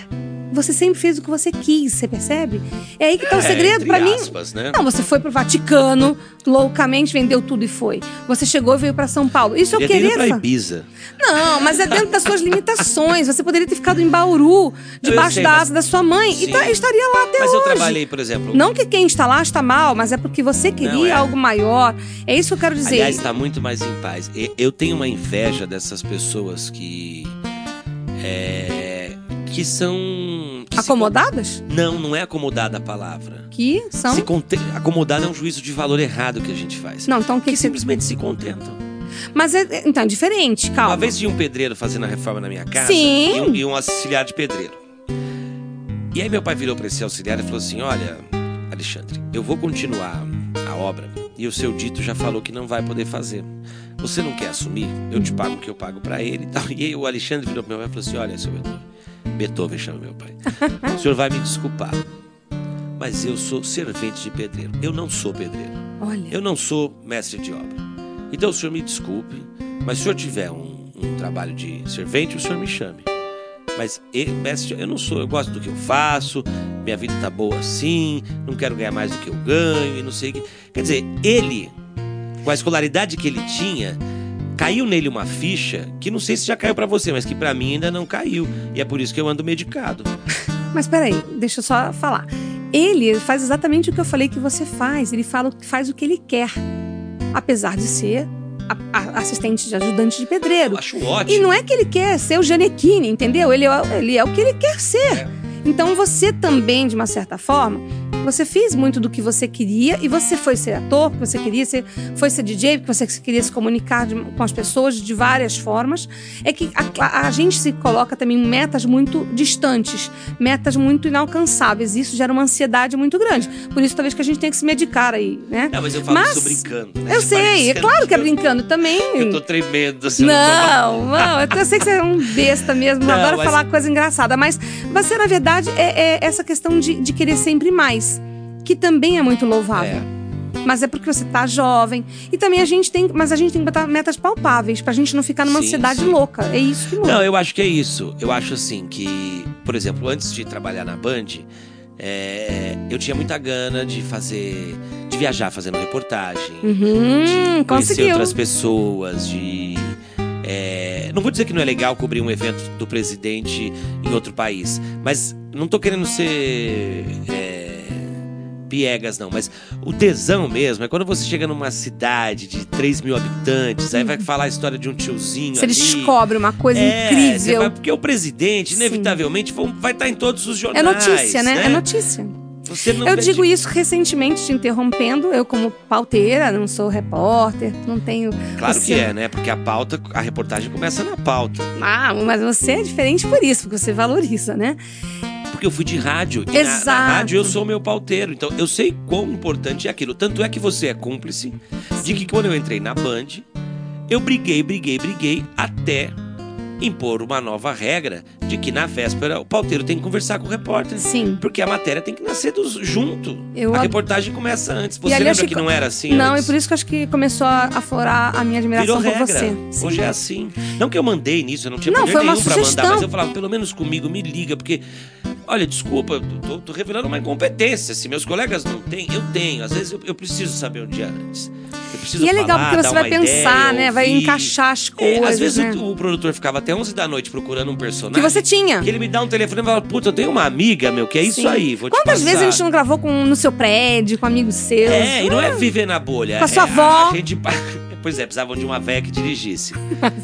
Speaker 1: Você sempre fez o que você quis, você percebe? É aí que tá o segredo. Pra mim, é
Speaker 2: aspas, né?
Speaker 1: não, você foi pro Vaticano, loucamente vendeu tudo e foi. Você chegou e veio pra São Paulo. Isso eu
Speaker 2: Podia ter ido
Speaker 1: queria.
Speaker 2: é pra Ibiza.
Speaker 1: Não, mas é dentro das suas limitações. Você poderia ter ficado em Bauru, debaixo
Speaker 2: sei,
Speaker 1: da
Speaker 2: mas-
Speaker 1: asa da sua mãe, e
Speaker 2: Sim.
Speaker 1: tá- estaria lá até
Speaker 2: Mas eu
Speaker 1: hoje.
Speaker 2: trabalhei, por exemplo.
Speaker 1: Não que quem está lá está mal, mas é porque você queria
Speaker 2: é.
Speaker 1: algo maior. É isso que eu quero dizer.
Speaker 2: Aliás, tá muito mais em paz. E- Eu tenho uma inveja dessas pessoas que. É, que são. que se
Speaker 1: Acomodadas?
Speaker 2: con- Não, não é acomodada a palavra.
Speaker 1: Que são.
Speaker 2: Se conte... Acomodada é um juízo de valor errado que a gente faz.
Speaker 1: Não, então o que,
Speaker 2: Que
Speaker 1: que você.
Speaker 2: simplesmente se contentam.
Speaker 1: Mas é, é- então, é diferente, calma.
Speaker 2: Uma vez tinha um pedreiro fazendo a reforma na minha casa
Speaker 1: Sim.
Speaker 2: E, um, e um auxiliar de pedreiro. E aí meu pai virou para esse auxiliar e falou assim: Olha, Alexandre, eu vou continuar a obra e o seu dito já falou que não vai poder fazer. Você não quer assumir? Eu te pago o que eu pago para ele e tal. E aí o Alexandre virou pro meu pai e falou assim: Olha, seu Beethoven, Beethoven chama meu pai. O senhor vai me desculpar, mas eu sou servente de pedreiro. Eu não sou pedreiro.
Speaker 1: Olha.
Speaker 2: Eu não sou mestre de obra. Então o senhor me desculpe, mas se o senhor tiver um, um trabalho de servente, o senhor me chame. Mas e- mestre, eu não sou, eu gosto do que eu faço, minha vida tá boa assim, não quero ganhar mais do que eu ganho e não sei o que. Quer dizer, ele, com a escolaridade que ele tinha, caiu nele uma ficha que não sei se já caiu pra você, mas que pra mim ainda não caiu. E é por isso que eu ando medicado.
Speaker 1: Mas peraí, deixa eu só falar. Ele faz exatamente o que eu falei que você faz. Ele fala, faz o que ele quer. Apesar de ser a- a- assistente de ajudante de pedreiro.
Speaker 2: Eu acho
Speaker 1: E
Speaker 2: ótimo.
Speaker 1: não é que ele quer ser o Janequine, entendeu? Ele é, ele é o que ele quer ser.
Speaker 2: É.
Speaker 1: Então você também, de uma certa forma, você fez muito do que você queria e você foi ser ator, porque você queria ser, foi ser DJ, porque você queria se comunicar de- com as pessoas de várias formas. É que a, a- a gente se coloca também metas muito distantes, metas muito inalcançáveis. Isso gera uma ansiedade muito grande. Por isso talvez que a gente tenha que se medicar aí, né?
Speaker 2: Não, mas eu falo
Speaker 1: Mas-
Speaker 2: isso brincando. né?
Speaker 1: Eu
Speaker 2: Você parece
Speaker 1: sei, é claro que é brincando também.
Speaker 2: Eu tô tremendo, assim, eu não tô
Speaker 1: Não, não, eu, eu sei que você é um besta mesmo,
Speaker 2: Não,
Speaker 1: adoro
Speaker 2: mas-
Speaker 1: falar coisa engraçada, mas você, na verdade, é, é essa questão de, de querer sempre mais, que também é muito louvável.
Speaker 2: É.
Speaker 1: Mas é porque você tá jovem. E também a gente tem. Mas a gente tem que botar metas palpáveis pra gente não ficar numa
Speaker 2: Sim,
Speaker 1: ansiedade
Speaker 2: sim.
Speaker 1: louca. É isso que muda.
Speaker 2: Não, eu acho que é isso. Eu acho assim que, por exemplo, antes de trabalhar na Band, é, eu tinha muita gana de fazer. de viajar fazendo reportagem,
Speaker 1: Uhum,
Speaker 2: de conhecer
Speaker 1: conseguiu.
Speaker 2: outras pessoas, de. é, é, não vou dizer que não é legal cobrir um evento do presidente em outro país, mas não tô querendo ser. é, piegas, não, mas o tesão mesmo é quando você chega numa cidade de 3 mil habitantes, aí vai falar a história de um tiozinho.
Speaker 1: Se ele
Speaker 2: ali.
Speaker 1: Uhum. descobre uma coisa
Speaker 2: É, você vai-
Speaker 1: incrível.
Speaker 2: porque o presidente,
Speaker 1: Sim.
Speaker 2: inevitavelmente, vão- vai estar em todos os jornais.
Speaker 1: É notícia, né? É notícia.
Speaker 2: Você não
Speaker 1: Eu
Speaker 2: vê
Speaker 1: digo isso recentemente, te interrompendo. Eu, como pauteira, não sou repórter, não tenho.
Speaker 2: Claro
Speaker 1: você-
Speaker 2: que é, né? Porque a pauta, a reportagem começa na pauta.
Speaker 1: Ah, mas você é diferente por isso, porque você valoriza, né?
Speaker 2: Porque eu fui de rádio. E na- na,
Speaker 1: Exato.
Speaker 2: rádio eu sou meu pauteiro. Então eu sei quão importante é aquilo. Tanto é que você é cúmplice de que quando eu entrei na Band, eu briguei, briguei, briguei até impor uma nova regra de que na véspera o pauteiro tem que conversar com o repórter.
Speaker 1: Sim.
Speaker 2: Porque a matéria tem que nascer dos, junto.
Speaker 1: Eu
Speaker 2: a
Speaker 1: ad-
Speaker 2: reportagem começa antes. Você
Speaker 1: aliás,
Speaker 2: lembra que
Speaker 1: que-
Speaker 2: não era assim
Speaker 1: Não, e
Speaker 2: antes?
Speaker 1: por isso que eu acho que começou a aflorar a minha
Speaker 2: Virou
Speaker 1: admiração
Speaker 2: regra.
Speaker 1: por você. Sim.
Speaker 2: Hoje é assim. Não que eu mandei nisso, eu não tinha
Speaker 1: Não,
Speaker 2: poder
Speaker 1: foi uma
Speaker 2: nenhum pra mandar,
Speaker 1: sugestão.
Speaker 2: mas eu falava, pelo menos comigo, me liga, porque. Olha, desculpa, eu tô, tô revelando uma incompetência. Se meus colegas não têm, eu tenho. Às vezes eu, eu preciso saber um dia antes. Eu preciso
Speaker 1: E é legal
Speaker 2: falar,
Speaker 1: porque
Speaker 2: dar
Speaker 1: você vai
Speaker 2: uma
Speaker 1: pensar,
Speaker 2: ideia,
Speaker 1: né? Vai
Speaker 2: ouvir.
Speaker 1: encaixar as
Speaker 2: É,
Speaker 1: coisas.
Speaker 2: às vezes
Speaker 1: né?
Speaker 2: o, o produtor ficava até 11 da noite procurando um personagem.
Speaker 1: Que você tinha.
Speaker 2: que ele me dá um telefone e fala, puta, eu tenho uma amiga, meu, que é isso
Speaker 1: Sim.
Speaker 2: aí. Vou te
Speaker 1: Quantas
Speaker 2: passar.
Speaker 1: vezes a gente não gravou com, no seu prédio, com amigos seus?
Speaker 2: É, e não é viver na bolha.
Speaker 1: Com a
Speaker 2: é,
Speaker 1: sua avó.
Speaker 2: a gente- Pois é, precisavam de uma véia que dirigisse.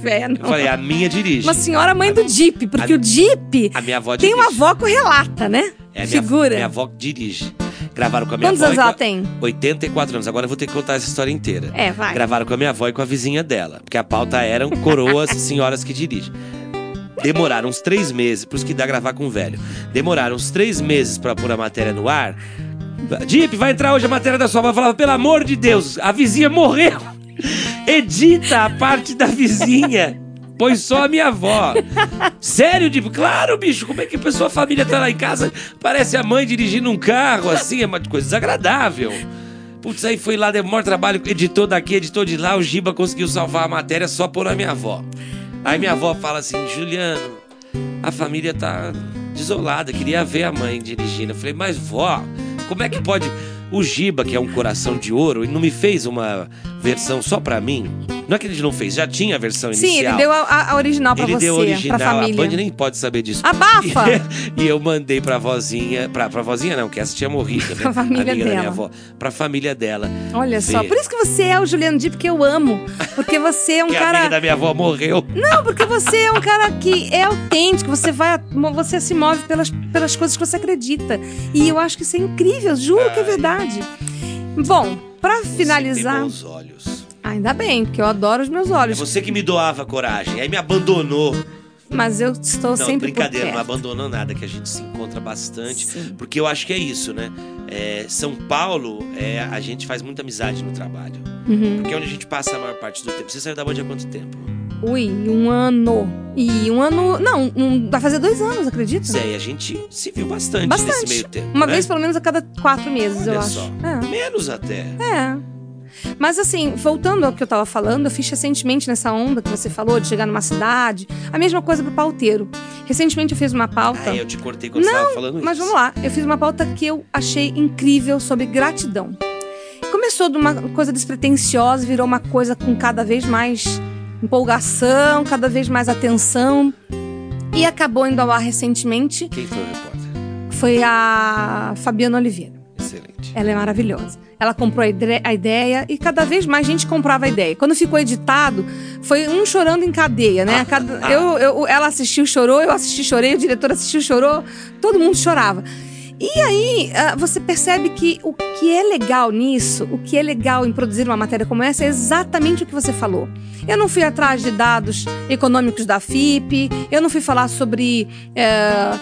Speaker 1: Vé,
Speaker 2: Eu
Speaker 1: É, não.
Speaker 2: falei, a minha dirige.
Speaker 1: Uma senhora mãe do Jeep, porque o Jeep
Speaker 2: A minha avó dirige.
Speaker 1: tem uma avó correlata, né?
Speaker 2: É, minha,
Speaker 1: Figura.
Speaker 2: Minha avó dirige. Gravaram com a minha
Speaker 1: Quantos
Speaker 2: avó.
Speaker 1: anos
Speaker 2: e com a-
Speaker 1: ela tem?
Speaker 2: 84 anos. Agora eu vou ter que contar essa história inteira.
Speaker 1: É, vai.
Speaker 2: Gravaram com a minha avó e com a vizinha dela. Porque a pauta eram coroas, senhoras que dirigem. Demoraram uns três meses, por isso que dá gravar com o velho. Demoraram uns três meses pra pôr a matéria no ar. Dip, vai entrar hoje a matéria da sua avó. Eu Falava, pelo amor de Deus, a vizinha morreu. Edita a parte da vizinha. Põe só a minha avó. Sério, Dip? Claro, bicho. Como é que a pessoa, a família tá lá em casa? Parece a mãe dirigindo um carro, assim. É uma coisa desagradável. Putz, aí foi lá, deu o maior trabalho, editor daqui, editor de lá, o Giba conseguiu salvar a matéria só por a minha avó. Aí minha avó fala assim, Juliano, a família tá desolada, queria ver a mãe dirigindo. Eu falei, mas vó, como é que pode... O Giba, que é um coração de ouro, ele não me fez uma versão só pra mim. Não é que ele não fez, já tinha a versão inicial.
Speaker 1: Sim, ele deu a- a, a original pra
Speaker 2: Ele
Speaker 1: você,
Speaker 2: deu a original,
Speaker 1: pra família.
Speaker 2: a Band nem pode saber disso.
Speaker 1: Abafa!
Speaker 2: E eu mandei pra vozinha, pra, pra vozinha não, que essa tinha morrido, né?
Speaker 1: Pra família
Speaker 2: Amiga da minha
Speaker 1: dela.
Speaker 2: avó. Pra família dela.
Speaker 1: Olha só,
Speaker 2: Vê.
Speaker 1: por isso que você é o Juliano Dip, que eu amo. Porque você é um
Speaker 2: que a
Speaker 1: cara.
Speaker 2: amiga da minha avó morreu.
Speaker 1: Não, porque você é um cara que é autêntico, você vai, você se move pelas, pelas coisas que você acredita. E eu acho que isso é incrível, juro que é verdade. Bom, pra
Speaker 2: Você tem
Speaker 1: finalizar,
Speaker 2: bons olhos.
Speaker 1: ainda bem, porque eu adoro os meus
Speaker 2: É
Speaker 1: olhos,
Speaker 2: você que me doava coragem, aí me abandonou.
Speaker 1: mas eu estou
Speaker 2: não,
Speaker 1: sempre por
Speaker 2: brincadeira, é não
Speaker 1: perto.
Speaker 2: abandonou nada, que a gente se encontra bastante.
Speaker 1: Sim.
Speaker 2: Porque eu acho que é isso, né? É, São Paulo, é, a gente faz muita amizade no trabalho.
Speaker 1: Uhum.
Speaker 2: Porque é onde a gente passa a maior parte do tempo. Você saiu da Band há quanto tempo?
Speaker 1: Ui, um ano. E um ano. Não, um- vai fazer dois anos, acredito.
Speaker 2: Zé, e a gente se viu bastante,
Speaker 1: Bastante.
Speaker 2: nesse meio tempo.
Speaker 1: Uma
Speaker 2: né?
Speaker 1: vez pelo menos a cada quatro meses,
Speaker 2: Olha
Speaker 1: eu
Speaker 2: só.
Speaker 1: acho. É.
Speaker 2: Menos até.
Speaker 1: É. Mas assim, voltando ao que eu tava falando, eu fiz recentemente nessa onda que você falou de chegar numa cidade, a mesma coisa pro pauteiro. Recentemente eu fiz uma pauta,
Speaker 2: Ah, eu te cortei quando você tava falando
Speaker 1: mas
Speaker 2: isso.
Speaker 1: vamos lá, eu fiz uma pauta que eu achei incrível sobre gratidão. Começou de uma coisa despretensiosa, virou uma coisa com cada vez mais empolgação, cada vez mais atenção. E acabou indo ao ar recentemente,
Speaker 2: Quem foi o repórter?
Speaker 1: foi a Fabiana Oliveira.
Speaker 2: Excelente.
Speaker 1: Ela é maravilhosa. Ela comprou a ide- a ideia e cada vez mais gente comprava a ideia. Quando ficou editado, foi um chorando em cadeia, né? Cada- eu, eu- ela assistiu, chorou, eu assisti, chorei, o diretor assistiu, chorou, todo mundo chorava. E aí ah, você percebe que o que é legal nisso, o que é legal em produzir uma matéria como essa, é exatamente o que você falou. Eu não fui atrás de dados econômicos da FIP, eu não fui falar sobre. eh,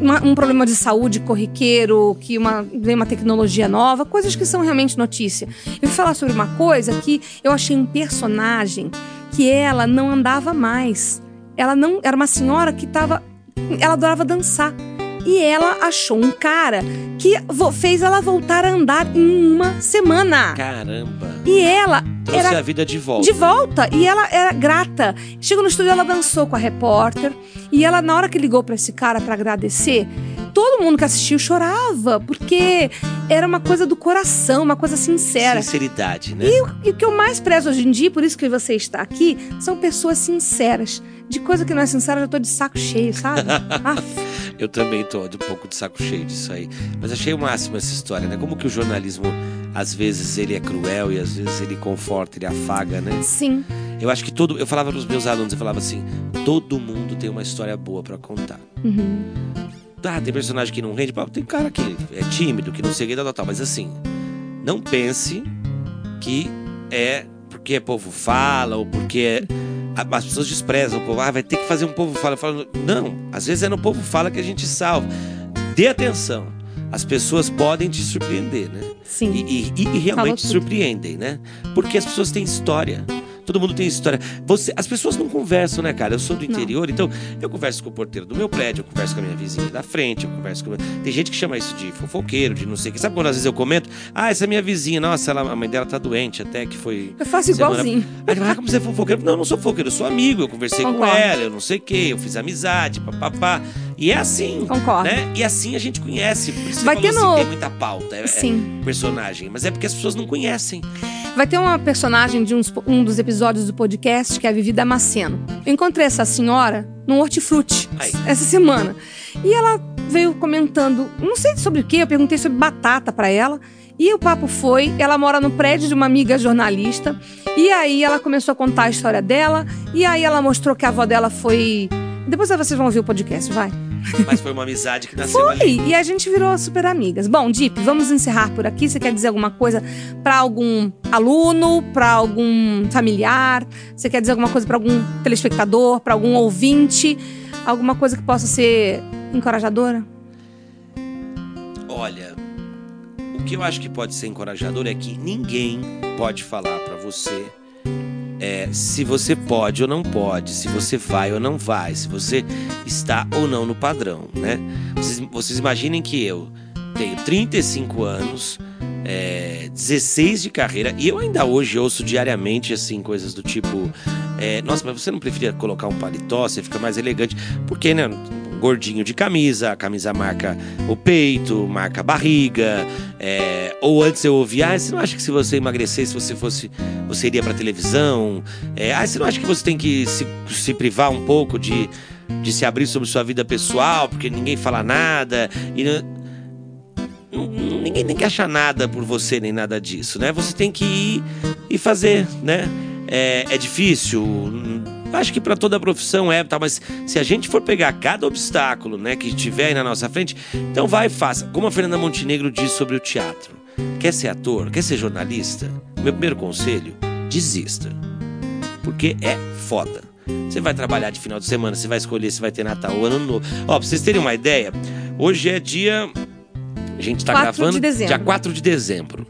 Speaker 1: uma- um problema de saúde corriqueiro, que uma, vem uma tecnologia nova, coisas que são realmente notícia. Eu vou falar sobre uma coisa que eu achei um personagem que ela não andava mais. Ela não era uma senhora que tava. Ela adorava dançar. E ela achou um cara que vo- fez ela voltar a andar em uma semana.
Speaker 2: Caramba.
Speaker 1: É. E ela
Speaker 2: Trouxe
Speaker 1: era
Speaker 2: a vida de volta.
Speaker 1: de volta. E ela era grata. Chegou no estúdio, ela dançou com a repórter. E ela, na hora que ligou pra esse cara pra agradecer, todo mundo que assistiu chorava, porque era uma coisa do coração, uma coisa sincera.
Speaker 2: Sinceridade, né?
Speaker 1: E o que eu mais prezo hoje em dia, por isso que você está aqui, são pessoas sinceras. de coisa que não é sincera, eu já tô de saco cheio, sabe? Ah, Aff.
Speaker 2: Eu também tô de um pouco de saco cheio disso aí. Mas achei o máximo essa história, né? Como que o jornalismo, às vezes, ele é cruel e às vezes ele conforta, ele afaga, né?
Speaker 1: Sim.
Speaker 2: Eu acho que todo. Eu falava pros meus alunos, eu falava assim: todo mundo tem uma história boa pra contar. Ah, tem personagem que não rende, pá, tem cara que é tímido, que não sei o que, tal, tal, tal. Mas assim, não pense que é porque povo fala ou porque é- a- as pessoas desprezam o povo. Ah, vai ter que fazer um povo fala. Eu falo, não, às vezes é no povo fala que a gente salva. Dê atenção. As pessoas podem te surpreender, né?
Speaker 1: Sim.
Speaker 2: E, e- e
Speaker 1: Falou
Speaker 2: realmente
Speaker 1: tudo.
Speaker 2: surpreendem, né? Porque as pessoas têm história. Todo mundo tem história. Você, as pessoas não conversam, né, cara? Eu sou do
Speaker 1: Não.
Speaker 2: interior, então eu converso com o porteiro do meu prédio, eu converso com a minha vizinha da frente, eu converso com. Tem gente que chama isso de fofoqueiro, de não sei o que. Sabe quando às vezes eu comento? Ah, essa é minha vizinha, nossa, ela- a mãe dela tá doente até que foi.
Speaker 1: Eu faço
Speaker 2: Semana-
Speaker 1: igualzinho.
Speaker 2: Aí ele fala, ah, como você é fofoqueiro? Não, eu não sou fofoqueiro, eu sou amigo, eu conversei
Speaker 1: Concordo.
Speaker 2: com ela, eu não sei o que, eu fiz amizade, papapá. E é assim.
Speaker 1: Concordo.
Speaker 2: Né? E assim a gente conhece. Você
Speaker 1: Vai
Speaker 2: falou
Speaker 1: ter
Speaker 2: assim,
Speaker 1: no-
Speaker 2: tem muita pauta. É, é
Speaker 1: Sim.
Speaker 2: personagem, mas é porque as pessoas não conhecem.
Speaker 1: Vai ter uma personagem de uns- um dos episódios do podcast, que é a Vivi Damasceno. Eu encontrei essa senhora num hortifruti
Speaker 2: Ai.
Speaker 1: essa semana. E ela veio comentando, não sei sobre o que, eu perguntei sobre batata pra ela. E o papo foi, ela mora no prédio de uma amiga jornalista. E aí ela começou a contar a história dela. E aí ela mostrou que a avó dela foi. Depois vocês vão ouvir o podcast, vai.
Speaker 2: Mas foi uma amizade que nasceu ali.
Speaker 1: Foi! E a gente virou super amigas. Bom, Dip, vamos encerrar por aqui. Você quer dizer alguma coisa pra algum aluno, pra algum familiar? Você quer dizer alguma coisa pra algum telespectador, pra algum ouvinte? Alguma coisa que possa ser encorajadora?
Speaker 2: Olha, o que eu acho que pode ser encorajador é que ninguém pode falar pra você é, se você pode ou não pode, se você vai ou não vai, se você está ou não no padrão, né? Vocês, vocês imaginem que eu tenho 35 anos, é, 16 de carreira, e eu ainda hoje ouço diariamente, assim, coisas do tipo... é, Nossa, mas você não preferia colocar um paletó? Você fica mais elegante. Porque, né? Gordinho de camisa, a camisa marca o peito, marca a barriga. é, Ou antes eu ouvia, ah, você não acha que se você emagrecesse, você fosse. Você iria pra televisão? É, ah, você não acha que você tem que se, se privar um pouco de, de se abrir sobre sua vida pessoal, porque ninguém fala nada? E não- não- não- ninguém tem que achar nada por você, nem nada disso, né? Você tem que ir e fazer, né? É, é difícil. hum, Acho que pra toda profissão é, tá? Mas se a gente for pegar cada obstáculo, né, que tiver aí na nossa frente, então vai e faça. Como a Fernanda Montenegro diz sobre o teatro. Quer ser ator? Quer ser jornalista? Meu primeiro conselho, desista. Porque é foda. Você vai trabalhar de final de semana, você vai escolher se vai ter Natal ou Ano Novo. Ó, pra vocês terem uma ideia, hoje é dia... A gente tá
Speaker 1: 4 de
Speaker 2: gravando
Speaker 1: dezembro.
Speaker 2: dia 4 de dezembro.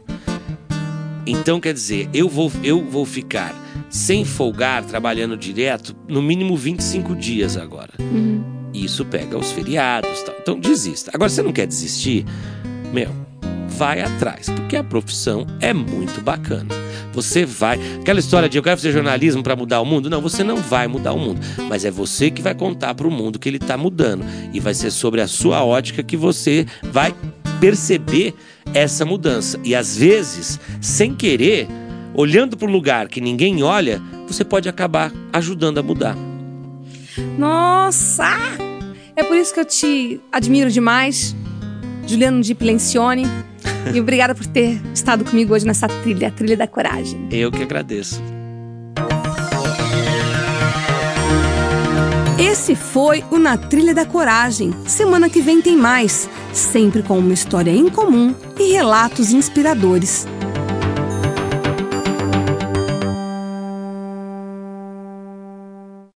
Speaker 2: Então, quer dizer, eu vou, eu vou ficar sem folgar, trabalhando direto, no mínimo 25 dias agora. E Isso pega os feriados e tal. Então desista. Agora, se você não quer desistir, meu, vai atrás. Porque a profissão é muito bacana. Você vai. Aquela história de eu quero fazer jornalismo para mudar o mundo. Não, você não vai mudar o mundo. Mas é você que vai contar para o mundo que ele tá mudando. E vai ser sobre a sua ótica que você vai perceber essa mudança. E às vezes, sem querer, olhando para um lugar que ninguém olha, você pode acabar ajudando a mudar.
Speaker 1: Nossa! É por isso que eu te admiro demais, Juliano Dip Lencioni. e obrigada por ter estado comigo hoje nessa trilha, a trilha da coragem.
Speaker 2: Eu que agradeço.
Speaker 1: Esse foi o Na Trilha da Coragem. Semana que vem tem mais, sempre com uma história incomum e relatos inspiradores.